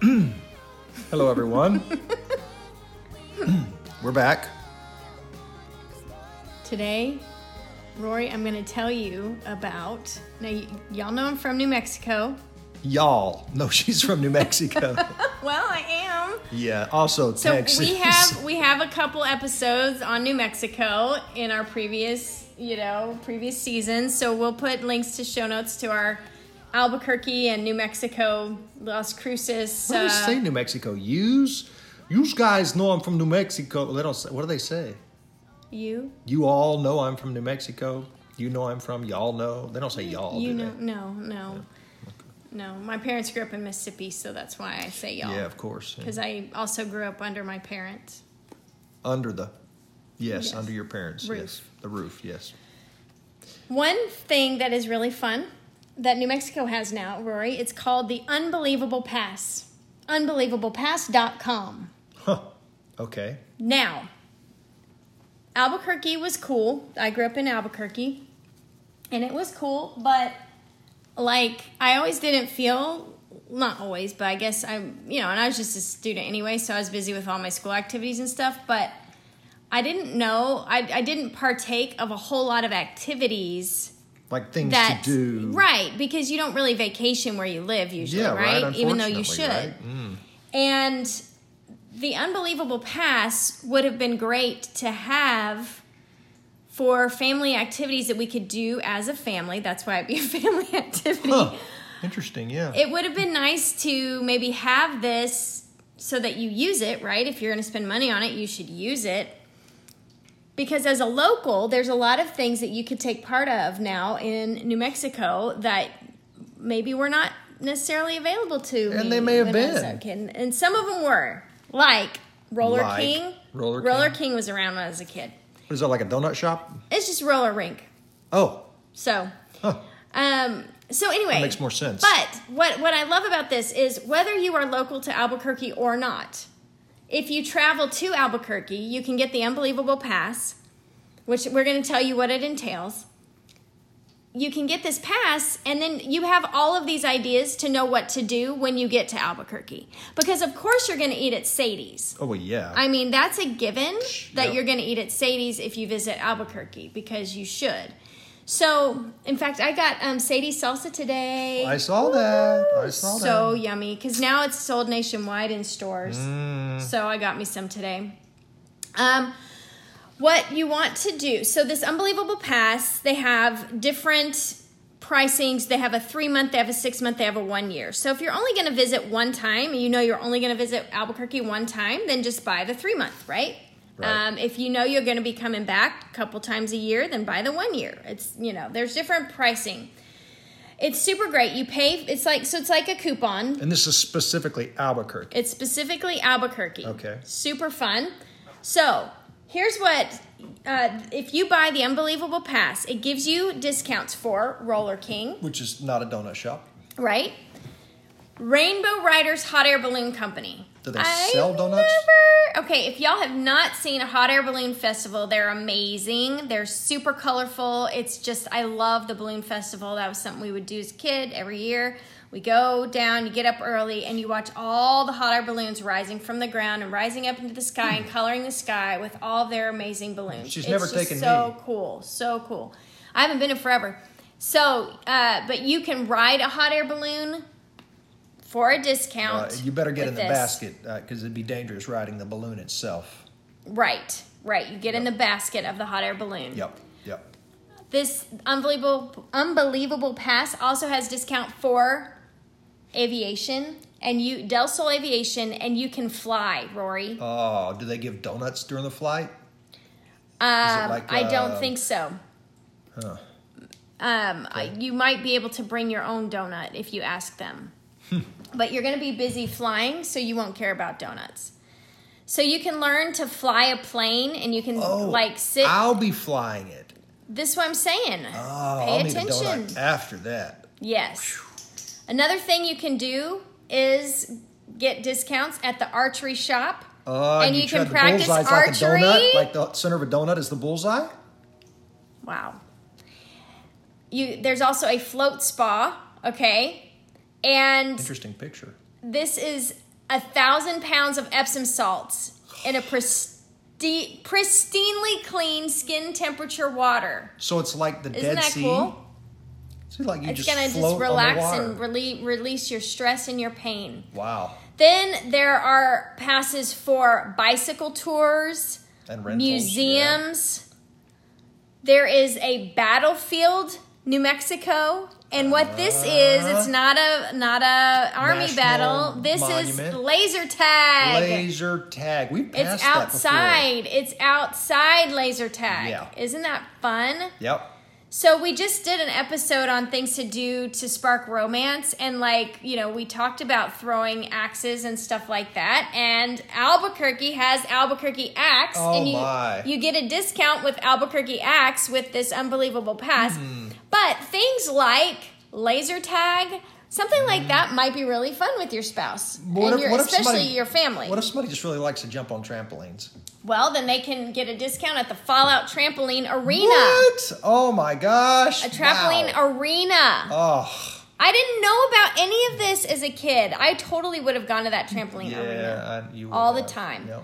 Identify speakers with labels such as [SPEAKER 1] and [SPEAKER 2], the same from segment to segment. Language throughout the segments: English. [SPEAKER 1] Hello, everyone. We're back.
[SPEAKER 2] Today, Rory, I'm going to tell you about. Now, y- y'all know I'm from New Mexico.
[SPEAKER 1] Y'all. No, she's from New Mexico.
[SPEAKER 2] Well, I am.
[SPEAKER 1] yeah, also
[SPEAKER 2] So
[SPEAKER 1] Texas.
[SPEAKER 2] we have we have a couple episodes on New Mexico in our previous, you know, previous seasons. So we'll put links to show notes to our Albuquerque and New Mexico, Las Cruces.
[SPEAKER 1] What do they
[SPEAKER 2] uh,
[SPEAKER 1] say, New Mexico? Yous? Yous guys know I'm from New Mexico. They don't say, what do they say?
[SPEAKER 2] you
[SPEAKER 1] You all know I'm from New Mexico. You know I'm from. Y'all know. They don't say y'all,
[SPEAKER 2] you
[SPEAKER 1] do
[SPEAKER 2] know no no no. My parents grew up in Mississippi, so that's why I say
[SPEAKER 1] they?
[SPEAKER 2] y'all.
[SPEAKER 1] Yeah, of course. yeah.
[SPEAKER 2] Because I also grew up under my parents.
[SPEAKER 1] Under the. Yes,
[SPEAKER 2] Yes.
[SPEAKER 1] under your parents.
[SPEAKER 2] Roof.
[SPEAKER 1] Yes. The roof, yes.
[SPEAKER 2] One thing that is really fun that New Mexico has now, Rory, it's called the Unbelievable Pass. Unbelievablepass.com.
[SPEAKER 1] Huh. Okay.
[SPEAKER 2] Now, Albuquerque was cool. I grew up in Albuquerque and it was cool, but like I always didn't feel not always, but I guess I you know, and I was just a student anyway, so I was busy with all my school activities and stuff, but I didn't know I, I didn't partake of a whole lot of activities
[SPEAKER 1] Like things
[SPEAKER 2] that
[SPEAKER 1] to do.
[SPEAKER 2] right because you don't really vacation where you live usually
[SPEAKER 1] Yeah, right.
[SPEAKER 2] right, even though you should
[SPEAKER 1] unfortunately, right?
[SPEAKER 2] and the unbelievable pass would have been great to have for family activities that we could do as a family that's why it'd be a family activity
[SPEAKER 1] Huh. Interesting, yeah.
[SPEAKER 2] it would have been nice to maybe have this so that you use it, right? If you're going to spend money on it, you should use it. Because as a local, there's a lot of things that you could take part of now in New Mexico that maybe were not necessarily available to
[SPEAKER 1] And
[SPEAKER 2] me
[SPEAKER 1] they may have
[SPEAKER 2] when I was
[SPEAKER 1] been.
[SPEAKER 2] a kid. And some of them were, like Roller
[SPEAKER 1] Like
[SPEAKER 2] King.
[SPEAKER 1] Roller King.
[SPEAKER 2] King was around when I was a kid.
[SPEAKER 1] What is that like a donut shop?
[SPEAKER 2] It's just roller rink.
[SPEAKER 1] Oh,
[SPEAKER 2] So
[SPEAKER 1] huh.
[SPEAKER 2] um, so anyway,
[SPEAKER 1] makes more sense.
[SPEAKER 2] But what what I love about this is whether you are local to Albuquerque or not, if you travel to Albuquerque, you can get the Unbelievable Pass, which we're going to tell you what it entails. You can get this pass, and then you have all of these ideas to know what to do when you get to Albuquerque. Because of course you're going to eat at Sadie's.
[SPEAKER 1] Oh well, yeah.
[SPEAKER 2] I mean, that's a given that
[SPEAKER 1] Yeah.
[SPEAKER 2] you're going to eat at Sadie's if you visit Albuquerque because you should. So, in fact, I got um, Sadie's salsa today.
[SPEAKER 1] Oh, I saw that. I saw
[SPEAKER 2] so
[SPEAKER 1] that.
[SPEAKER 2] yummy because now it's sold nationwide in stores.
[SPEAKER 1] Mm.
[SPEAKER 2] So I got me some today. Um, what you want to do? So this unbelievable pass, they have different pricings. They have a three month, they have a six month, they have a one year. So if you're only going to visit one time, and you know you're only going to visit Albuquerque one time, then just buy the three month, right?
[SPEAKER 1] Right.
[SPEAKER 2] Um, if you know you're going to be coming back a couple times a year, then buy the one year. It's you know there's different pricing. It's super great. You pay. It's like so. It's like a coupon.
[SPEAKER 1] And this is specifically Albuquerque.
[SPEAKER 2] It's specifically Albuquerque.
[SPEAKER 1] Okay.
[SPEAKER 2] Super fun. So here's what uh, if you buy the Unbelievable Pass, it gives you discounts for Roller King,
[SPEAKER 1] Which is not a donut shop.
[SPEAKER 2] right? Rainbow Riders Hot Air Balloon Company.
[SPEAKER 1] Do they sell donuts?
[SPEAKER 2] Never... Okay, if y'all have not seen a hot air balloon festival, they're amazing. They're super colorful. It's just I love the balloon festival. That was something we would do as a kid every year. We go down, you get up early, and you watch all the hot air balloons rising from the ground and rising up into the sky and coloring the sky with all their amazing balloons.
[SPEAKER 1] Hmm. She's
[SPEAKER 2] it's
[SPEAKER 1] never
[SPEAKER 2] just
[SPEAKER 1] taken
[SPEAKER 2] so
[SPEAKER 1] me.
[SPEAKER 2] cool, so cool. I haven't been in forever. So, uh, but you can ride a hot air balloon for a
[SPEAKER 1] Uh,
[SPEAKER 2] discount.
[SPEAKER 1] you better get
[SPEAKER 2] with
[SPEAKER 1] in the
[SPEAKER 2] this.
[SPEAKER 1] basket because it'd be dangerous riding the balloon itself.
[SPEAKER 2] Right, right. You get in the basket of the hot air balloon.
[SPEAKER 1] Yep. Yep.
[SPEAKER 2] This unbelievable, unbelievable pass also has discount for aviation and you Del Sol Aviation, and you can fly, Rory.
[SPEAKER 1] Oh, do they give donuts during the flight?
[SPEAKER 2] um,
[SPEAKER 1] like,
[SPEAKER 2] I don't
[SPEAKER 1] uh,
[SPEAKER 2] think so.
[SPEAKER 1] Huh.
[SPEAKER 2] Um, I- You might be able to bring your own donut if you ask them.
[SPEAKER 1] Hmm.
[SPEAKER 2] but you're going to be busy flying, so you won't care about donuts. So you can learn to fly a plane, and you can like sit.
[SPEAKER 1] Oh, I'll be flying it.
[SPEAKER 2] This is what I'm saying.
[SPEAKER 1] Oh,
[SPEAKER 2] Pay
[SPEAKER 1] I'll
[SPEAKER 2] attention.
[SPEAKER 1] need a donut after that.
[SPEAKER 2] Yes. Another thing you can do is get discounts at the archery shop.
[SPEAKER 1] Uh,
[SPEAKER 2] and you,
[SPEAKER 1] tried
[SPEAKER 2] can
[SPEAKER 1] the
[SPEAKER 2] practice
[SPEAKER 1] bullseyes
[SPEAKER 2] archery.
[SPEAKER 1] Like, a donut, like the center of a donut is the bullseye.
[SPEAKER 2] wow. You there's also a float spa, okay? And
[SPEAKER 1] Interesting picture.
[SPEAKER 2] this is a thousand pounds of Epsom salts in a pristine, pristinely clean skin temperature water.
[SPEAKER 1] So it's like the
[SPEAKER 2] Isn't
[SPEAKER 1] Dead
[SPEAKER 2] that
[SPEAKER 1] Sea.
[SPEAKER 2] cool?
[SPEAKER 1] It's like you
[SPEAKER 2] it's
[SPEAKER 1] just
[SPEAKER 2] gonna
[SPEAKER 1] float
[SPEAKER 2] just
[SPEAKER 1] on
[SPEAKER 2] relax
[SPEAKER 1] the water.
[SPEAKER 2] and rele- release your stress and your pain.
[SPEAKER 1] wow.
[SPEAKER 2] Then there are passes for bicycle tours,
[SPEAKER 1] And rentals,
[SPEAKER 2] museums. There is a battlefield, New Mexico. And what this is, it's not a not a army
[SPEAKER 1] Uh-huh. National
[SPEAKER 2] battle. This is
[SPEAKER 1] monument.
[SPEAKER 2] laser
[SPEAKER 1] yeah.
[SPEAKER 2] tag.
[SPEAKER 1] Laser tag. We passed
[SPEAKER 2] it's
[SPEAKER 1] that before.
[SPEAKER 2] outside. It's outside laser tag.
[SPEAKER 1] Yeah.
[SPEAKER 2] Isn't that fun?
[SPEAKER 1] Yep.
[SPEAKER 2] So we just did an episode on things to do to spark romance and like, you know, we talked about throwing axes and stuff like that. And Albuquerque has Albuquerque Axe
[SPEAKER 1] Oh
[SPEAKER 2] and you
[SPEAKER 1] my.
[SPEAKER 2] you get a discount with Albuquerque Axe with this unbelievable pass.
[SPEAKER 1] Hmm.
[SPEAKER 2] But things like laser tag Something like that might be really fun with your spouse,
[SPEAKER 1] Hmm. What
[SPEAKER 2] and
[SPEAKER 1] if-
[SPEAKER 2] your,
[SPEAKER 1] what if
[SPEAKER 2] especially
[SPEAKER 1] somebody-
[SPEAKER 2] your family.
[SPEAKER 1] What if somebody just really likes to jump on trampolines?
[SPEAKER 2] well, then they can get a discount at the Fallout Trampoline Arena,
[SPEAKER 1] What? Oh my gosh.
[SPEAKER 2] a trampoline
[SPEAKER 1] Wow.
[SPEAKER 2] arena.
[SPEAKER 1] Oh,
[SPEAKER 2] I didn't know about any of this as a kid. I totally would have gone to that trampoline arena.
[SPEAKER 1] yeah. I- you
[SPEAKER 2] All
[SPEAKER 1] would
[SPEAKER 2] the
[SPEAKER 1] love-
[SPEAKER 2] time.
[SPEAKER 1] Yep.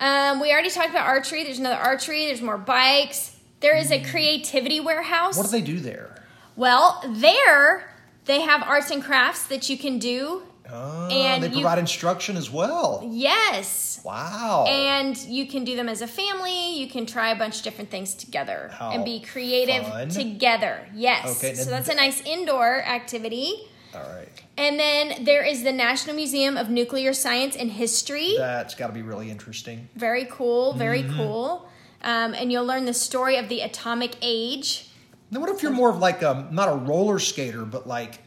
[SPEAKER 2] Um, we already talked about archery. There's another archery. There's more bikes. There is a creativity warehouse.
[SPEAKER 1] What do they do there?
[SPEAKER 2] well, there they have arts and crafts that you can do.
[SPEAKER 1] Oh,
[SPEAKER 2] And
[SPEAKER 1] they
[SPEAKER 2] you-
[SPEAKER 1] provide instruction as well.
[SPEAKER 2] Yes.
[SPEAKER 1] Wow.
[SPEAKER 2] And you can do them as a family. You can try a bunch of different things together
[SPEAKER 1] How
[SPEAKER 2] and be creative
[SPEAKER 1] fun.
[SPEAKER 2] together. Yes.
[SPEAKER 1] Okay,
[SPEAKER 2] so
[SPEAKER 1] then-
[SPEAKER 2] that's a nice indoor activity.
[SPEAKER 1] All right.
[SPEAKER 2] And then there is the National Museum of Nuclear Science and History.
[SPEAKER 1] That's got to be really interesting.
[SPEAKER 2] Very cool, very
[SPEAKER 1] Mm-hmm.
[SPEAKER 2] cool. Um, and you'll learn the story of the atomic age.
[SPEAKER 1] Now, what if you're more of like a not a roller skater, but like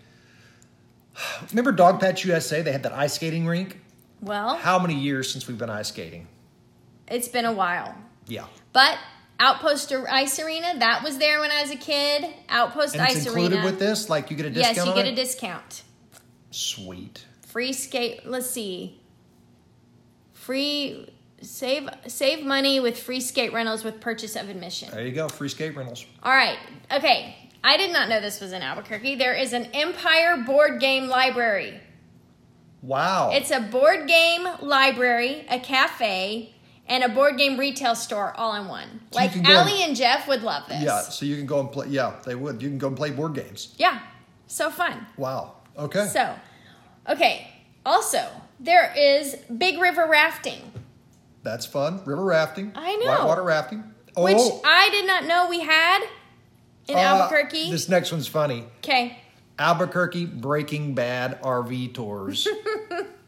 [SPEAKER 1] remember Dog Patch USA? They had that ice skating rink.
[SPEAKER 2] Well,
[SPEAKER 1] How many years since we've been ice skating?
[SPEAKER 2] it's been a while.
[SPEAKER 1] Yeah,
[SPEAKER 2] But Outpost Ar- Ice Arena, that was there when I was a kid. Outpost
[SPEAKER 1] and
[SPEAKER 2] Ice
[SPEAKER 1] it's included
[SPEAKER 2] Arena.
[SPEAKER 1] with this. Like you get a discount.
[SPEAKER 2] yes, you
[SPEAKER 1] on
[SPEAKER 2] get
[SPEAKER 1] it?
[SPEAKER 2] a discount.
[SPEAKER 1] Sweet.
[SPEAKER 2] Free skate, let's see. Free save save money with free skate rentals with purchase of admission.
[SPEAKER 1] There you go. Free skate rentals.
[SPEAKER 2] All right. Okay. I did not know this was in Albuquerque. There is an Empire board game library.
[SPEAKER 1] Wow.
[SPEAKER 2] It's a board game library, a cafe, and a board game retail store all in one.
[SPEAKER 1] So you
[SPEAKER 2] Like
[SPEAKER 1] can go-
[SPEAKER 2] Allie and Jeff would love this.
[SPEAKER 1] yeah. So you can go and play. Yeah, they would. You can go and play board games.
[SPEAKER 2] Yeah. So fun.
[SPEAKER 1] Wow. Okay.
[SPEAKER 2] So, okay. Also, there is Big River Rafting,
[SPEAKER 1] That's fun. River rafting.
[SPEAKER 2] I know.
[SPEAKER 1] Whitewater rafting. Oh,
[SPEAKER 2] which I did not know we had in
[SPEAKER 1] uh,
[SPEAKER 2] Albuquerque.
[SPEAKER 1] This next one's funny.
[SPEAKER 2] Okay.
[SPEAKER 1] Albuquerque Breaking Bad RV tours.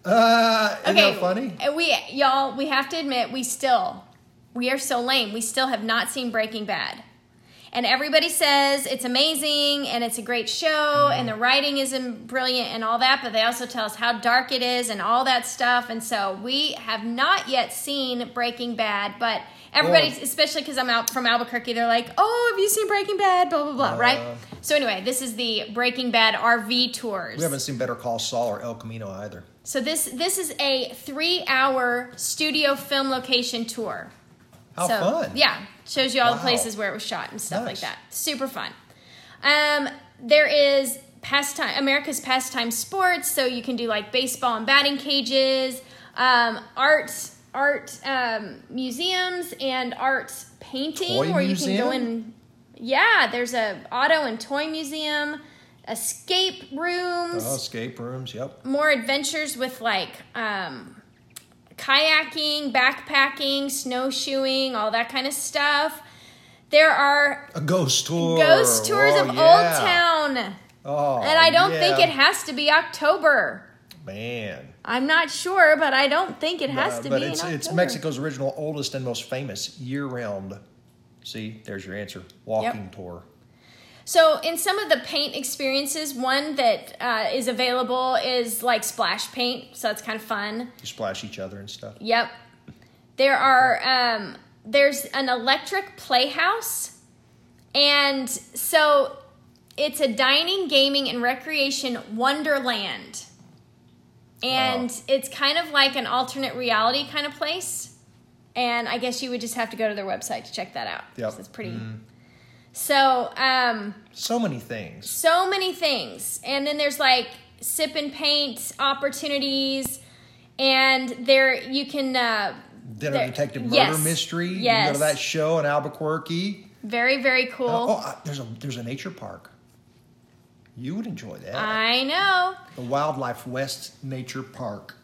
[SPEAKER 1] uh, isn't
[SPEAKER 2] Okay.
[SPEAKER 1] that funny?
[SPEAKER 2] and We y'all, we have to admit we still we are so lame. We still have not seen Breaking Bad. And everybody says it's amazing and it's a great show
[SPEAKER 1] Mm-hmm.
[SPEAKER 2] and the writing is im- brilliant and all that, but they also tell us how dark it is and all that stuff. And so we have not yet seen Breaking Bad, but everybody,
[SPEAKER 1] Well-
[SPEAKER 2] especially because I'm out from Albuquerque, they're like, oh, have you seen Breaking Bad? Blah, blah, blah,
[SPEAKER 1] Uh.
[SPEAKER 2] right? So anyway, this is the Breaking Bad RV tours.
[SPEAKER 1] We haven't seen Better Call Saul or El Camino either.
[SPEAKER 2] So this this is a three hour studio film location tour.
[SPEAKER 1] How
[SPEAKER 2] so,
[SPEAKER 1] fun!
[SPEAKER 2] Yeah, shows you all the
[SPEAKER 1] Wow.
[SPEAKER 2] places where it was shot and stuff
[SPEAKER 1] Nice.
[SPEAKER 2] like that. Super fun. Um, there is pastime America's pastime sports, so you can do like baseball and batting cages, um, art art um, museums and art painting
[SPEAKER 1] Toy
[SPEAKER 2] where you can go
[SPEAKER 1] museum?
[SPEAKER 2] in. Yeah, there's a auto and toy museum, escape rooms
[SPEAKER 1] Oh, escape rooms. Yep.
[SPEAKER 2] more adventures with like um, kayaking, backpacking, snowshoeing, all that kind of stuff. There are
[SPEAKER 1] A ghost tour.
[SPEAKER 2] ghost tours
[SPEAKER 1] Oh,
[SPEAKER 2] of
[SPEAKER 1] yeah.
[SPEAKER 2] Old Town,
[SPEAKER 1] Oh,
[SPEAKER 2] and I don't think
[SPEAKER 1] yeah.
[SPEAKER 2] it has to be October.
[SPEAKER 1] Man,
[SPEAKER 2] I'm not sure, but I don't think it has
[SPEAKER 1] Uh,
[SPEAKER 2] to
[SPEAKER 1] but
[SPEAKER 2] be. in
[SPEAKER 1] it's it's
[SPEAKER 2] October.
[SPEAKER 1] Mexico's original, oldest, and most famous year-round. See, there's your answer. Walking tour.
[SPEAKER 2] So, in some of the paint experiences, one that uh, is available is like splash paint. So, that's kind of fun.
[SPEAKER 1] You splash each other and stuff.
[SPEAKER 2] Yep. There are, um, there's an electric playhouse. And so it's a dining, gaming, and recreation wonderland. And
[SPEAKER 1] Wow.
[SPEAKER 2] it's kind of like an alternate reality kind of place. And I guess you would just have to go to their website to check that out.
[SPEAKER 1] Yep. Mm-hmm.
[SPEAKER 2] So It's pretty. So, um,
[SPEAKER 1] So many things.
[SPEAKER 2] so many things. And then there's like sip and paint opportunities, and there you can uh,
[SPEAKER 1] Dinner
[SPEAKER 2] There-
[SPEAKER 1] Detective Murder
[SPEAKER 2] yes.
[SPEAKER 1] Mystery. You go
[SPEAKER 2] Yes.
[SPEAKER 1] to that show in Albuquerque.
[SPEAKER 2] very very cool.
[SPEAKER 1] Oh, I, there's a there's a nature park. You would enjoy that.
[SPEAKER 2] I know.
[SPEAKER 1] the Wildlife West Nature Park.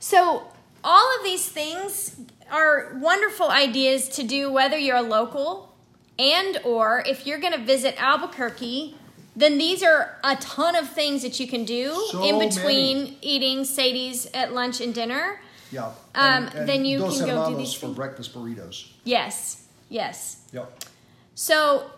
[SPEAKER 2] So all of these things are wonderful ideas to do whether you're local and or if you're going to visit Albuquerque, then these are a ton of things that you can do
[SPEAKER 1] So
[SPEAKER 2] in between
[SPEAKER 1] many.
[SPEAKER 2] eating Sadie's at lunch and dinner.
[SPEAKER 1] Yeah.
[SPEAKER 2] Um, then you can go do
[SPEAKER 1] Hermanos
[SPEAKER 2] these
[SPEAKER 1] for
[SPEAKER 2] things.
[SPEAKER 1] breakfast burritos.
[SPEAKER 2] Yes. Yes.
[SPEAKER 1] Yep.
[SPEAKER 2] So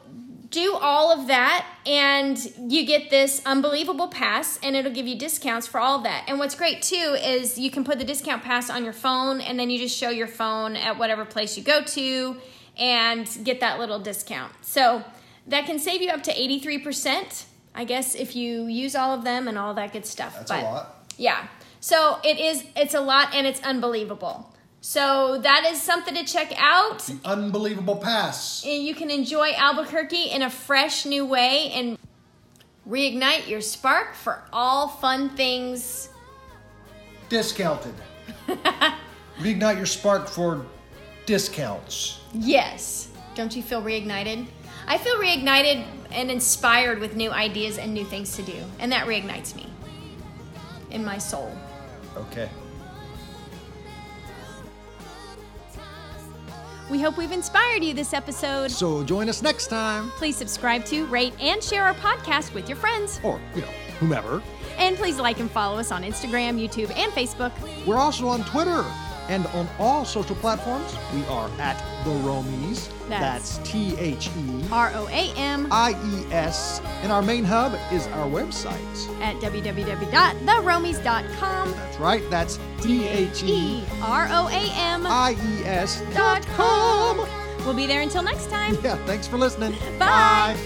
[SPEAKER 2] do all of that, and you get this unbelievable pass, and it'll give you discounts for all of that. And what's great too is you can put the discount pass on your phone, and then you just show your phone at whatever place you go to and get that little discount. So that can save you up to 83%, I guess, if you use all of them and all that good stuff.
[SPEAKER 1] That's a lot.
[SPEAKER 2] Yeah. So it is, it's a lot, and it's unbelievable. So that is something to check out
[SPEAKER 1] The unbelievable pass.
[SPEAKER 2] and you can enjoy Albuquerque in a fresh new way and reignite your spark for all fun things.
[SPEAKER 1] Discounted. Reignite your spark for discounts.
[SPEAKER 2] Yes. Don't you feel reignited? I feel reignited and inspired with new ideas and new things to do, and that reignites me in my soul.
[SPEAKER 1] Okay.
[SPEAKER 2] We hope we've inspired you this episode.
[SPEAKER 3] So join us next time,
[SPEAKER 2] Please subscribe to, rate, and share our podcast with your friends.
[SPEAKER 3] or, you know, whomever.
[SPEAKER 2] And please like and follow us on Instagram, YouTube, and Facebook.
[SPEAKER 3] We're also on Twitter and on all social platforms. We are at The Romies.
[SPEAKER 2] That's-
[SPEAKER 3] That's T H E
[SPEAKER 2] R O A M
[SPEAKER 3] I E S. And our main hub is our website.
[SPEAKER 2] at www.theromies.com.
[SPEAKER 3] That's right, that's T H E
[SPEAKER 2] R O A M
[SPEAKER 3] I E S
[SPEAKER 1] E
[SPEAKER 2] E dot com. We'll be there until next time.
[SPEAKER 3] Yeah, thanks for listening.
[SPEAKER 2] Bye.